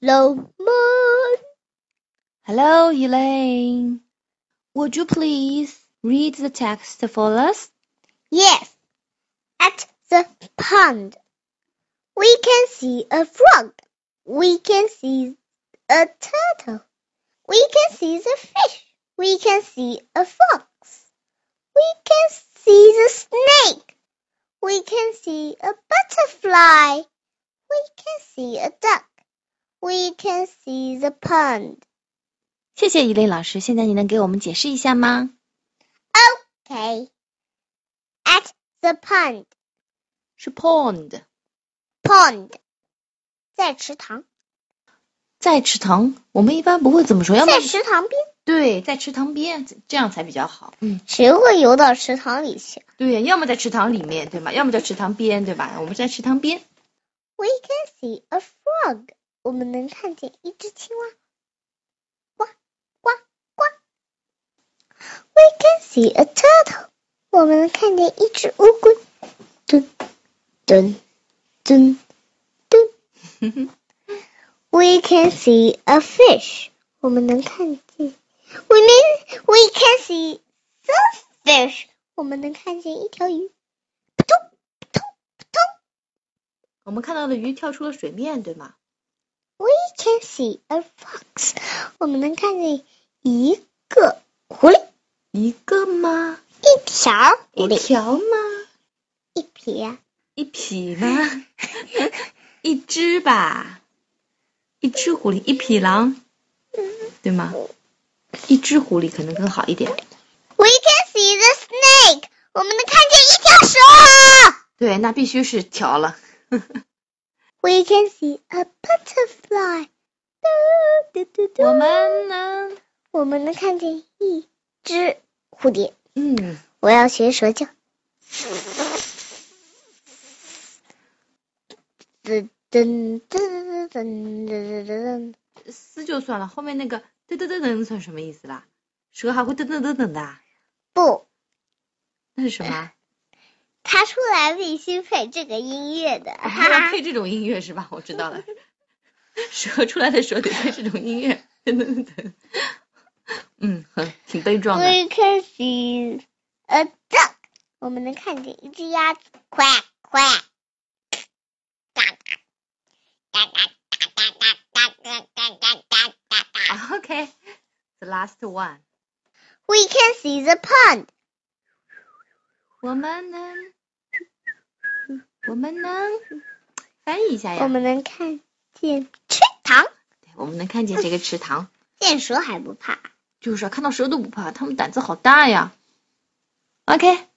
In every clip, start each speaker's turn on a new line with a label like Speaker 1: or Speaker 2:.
Speaker 1: Hello, Moon.
Speaker 2: Hello, Elaine. Would you please read the text for us?
Speaker 1: Yes. At the pond, we can see a frog. We can see a turtle. We can see the fish. We can see a fox. We can see the snake. We can see a butterfly. We can see a duck. We can see the pond.
Speaker 2: 谢谢 Elaine 老师，现在你能给我们解释一下吗？
Speaker 1: Okay. At the pond,
Speaker 2: 是 pond，
Speaker 1: pond，在池塘，
Speaker 2: 在池塘，我们一般不会怎么说，要么
Speaker 1: 在池塘边，
Speaker 2: 对，在池塘边，这样才比较好。嗯，
Speaker 1: 谁会游到池塘里去
Speaker 2: 对，要么在池塘里面，对吗？要么在池塘边，对吧？我们在池塘边。
Speaker 1: ？We can see a frog. 我们能看见一只青蛙，呱呱呱。We can see a turtle. 我们能看见一只乌龟，蹲蹲蹲蹲。We can see a fish. 我们能看见。We mean we can see the fish. 我们能看见一条鱼，扑通扑通扑通。
Speaker 2: 我们看到的鱼跳出了水面，对吗？
Speaker 1: We can see a fox. 我们能看见一个狐狸，
Speaker 2: 一个吗？
Speaker 1: 一条狐
Speaker 2: 一
Speaker 1: 狸，
Speaker 2: 条吗？
Speaker 1: 一撇，
Speaker 2: 一匹吗？一只吧，一只狐狸，一匹狼，对吗？一只狐狸可能更好一点。
Speaker 1: We can see the snake. 我们能看见一条蛇。
Speaker 2: 对，那必须是条了。
Speaker 1: We can see a butterfly. 嘟嘟嘟嘟
Speaker 2: 我们能，
Speaker 1: 我们能看见一只蝴蝶。
Speaker 2: 嗯，
Speaker 1: 我要学蛇叫。噔噔噔噔噔噔噔噔。
Speaker 2: 嘶就算了，后面那个噔噔噔噔算什么意思啦？蛇还会噔噔噔噔的啊，
Speaker 1: 不，
Speaker 2: 那是什 么？啊
Speaker 1: 他出来必须配这个音乐的，哈
Speaker 2: 哦还要
Speaker 1: 哈。
Speaker 2: 配这种音乐是吧？我知道了，蛇出来的时候得配这种音乐，噔噔噔噔。嗯，很挺悲壮的。
Speaker 1: We can see a duck，我们能看见一只鸭子，quack quack，嘎嘎嘎嘎嘎嘎嘎嘎嘎嘎嘎嘎。
Speaker 2: OK, the last one.
Speaker 1: We can see the pond，
Speaker 2: 我们能，我们能翻译一下
Speaker 1: 我
Speaker 2: 呀？
Speaker 1: 们能看见池塘，
Speaker 2: 对我们能看见这个池塘，
Speaker 1: 见蛇还不怕。
Speaker 2: 就是啊看到蛇都不怕，他们胆子好大呀。OK，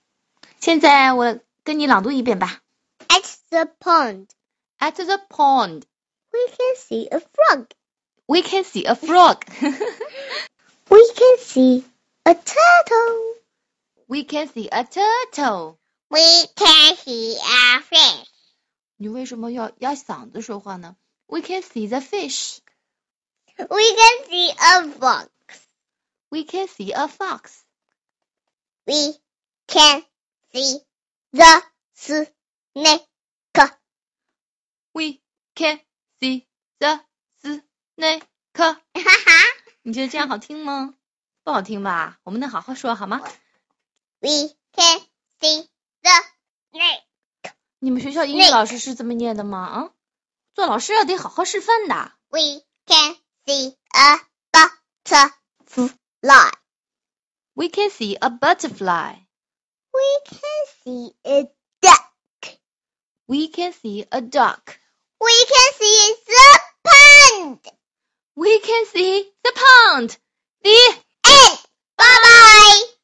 Speaker 2: 现在我跟你朗读一遍吧。
Speaker 1: At the pond,
Speaker 2: At the pond,
Speaker 1: we can see a frog.
Speaker 2: we can see a frog.
Speaker 1: We can see a turtle.
Speaker 2: we can see a turtle.
Speaker 1: We can see a fish.
Speaker 2: 你为什么要压嗓子说话呢？We can see the fish.
Speaker 1: We can see a fox.
Speaker 2: We can see a fox.
Speaker 1: We can see the snake.
Speaker 2: We can see the snake.
Speaker 1: 哈哈。
Speaker 2: 你觉得这样好听吗？不好听吧？我们能好好说好吗？
Speaker 1: We can see the snake.
Speaker 2: 你们学校英语老师是这么念的吗？啊，做老师要得好好示范的。
Speaker 1: We can see a butterfly.
Speaker 2: We can see a butterfly.
Speaker 1: We can see a duck.
Speaker 2: We can see a duck.
Speaker 1: We can see the pond.
Speaker 2: We can see the pond. The
Speaker 1: And bye bye.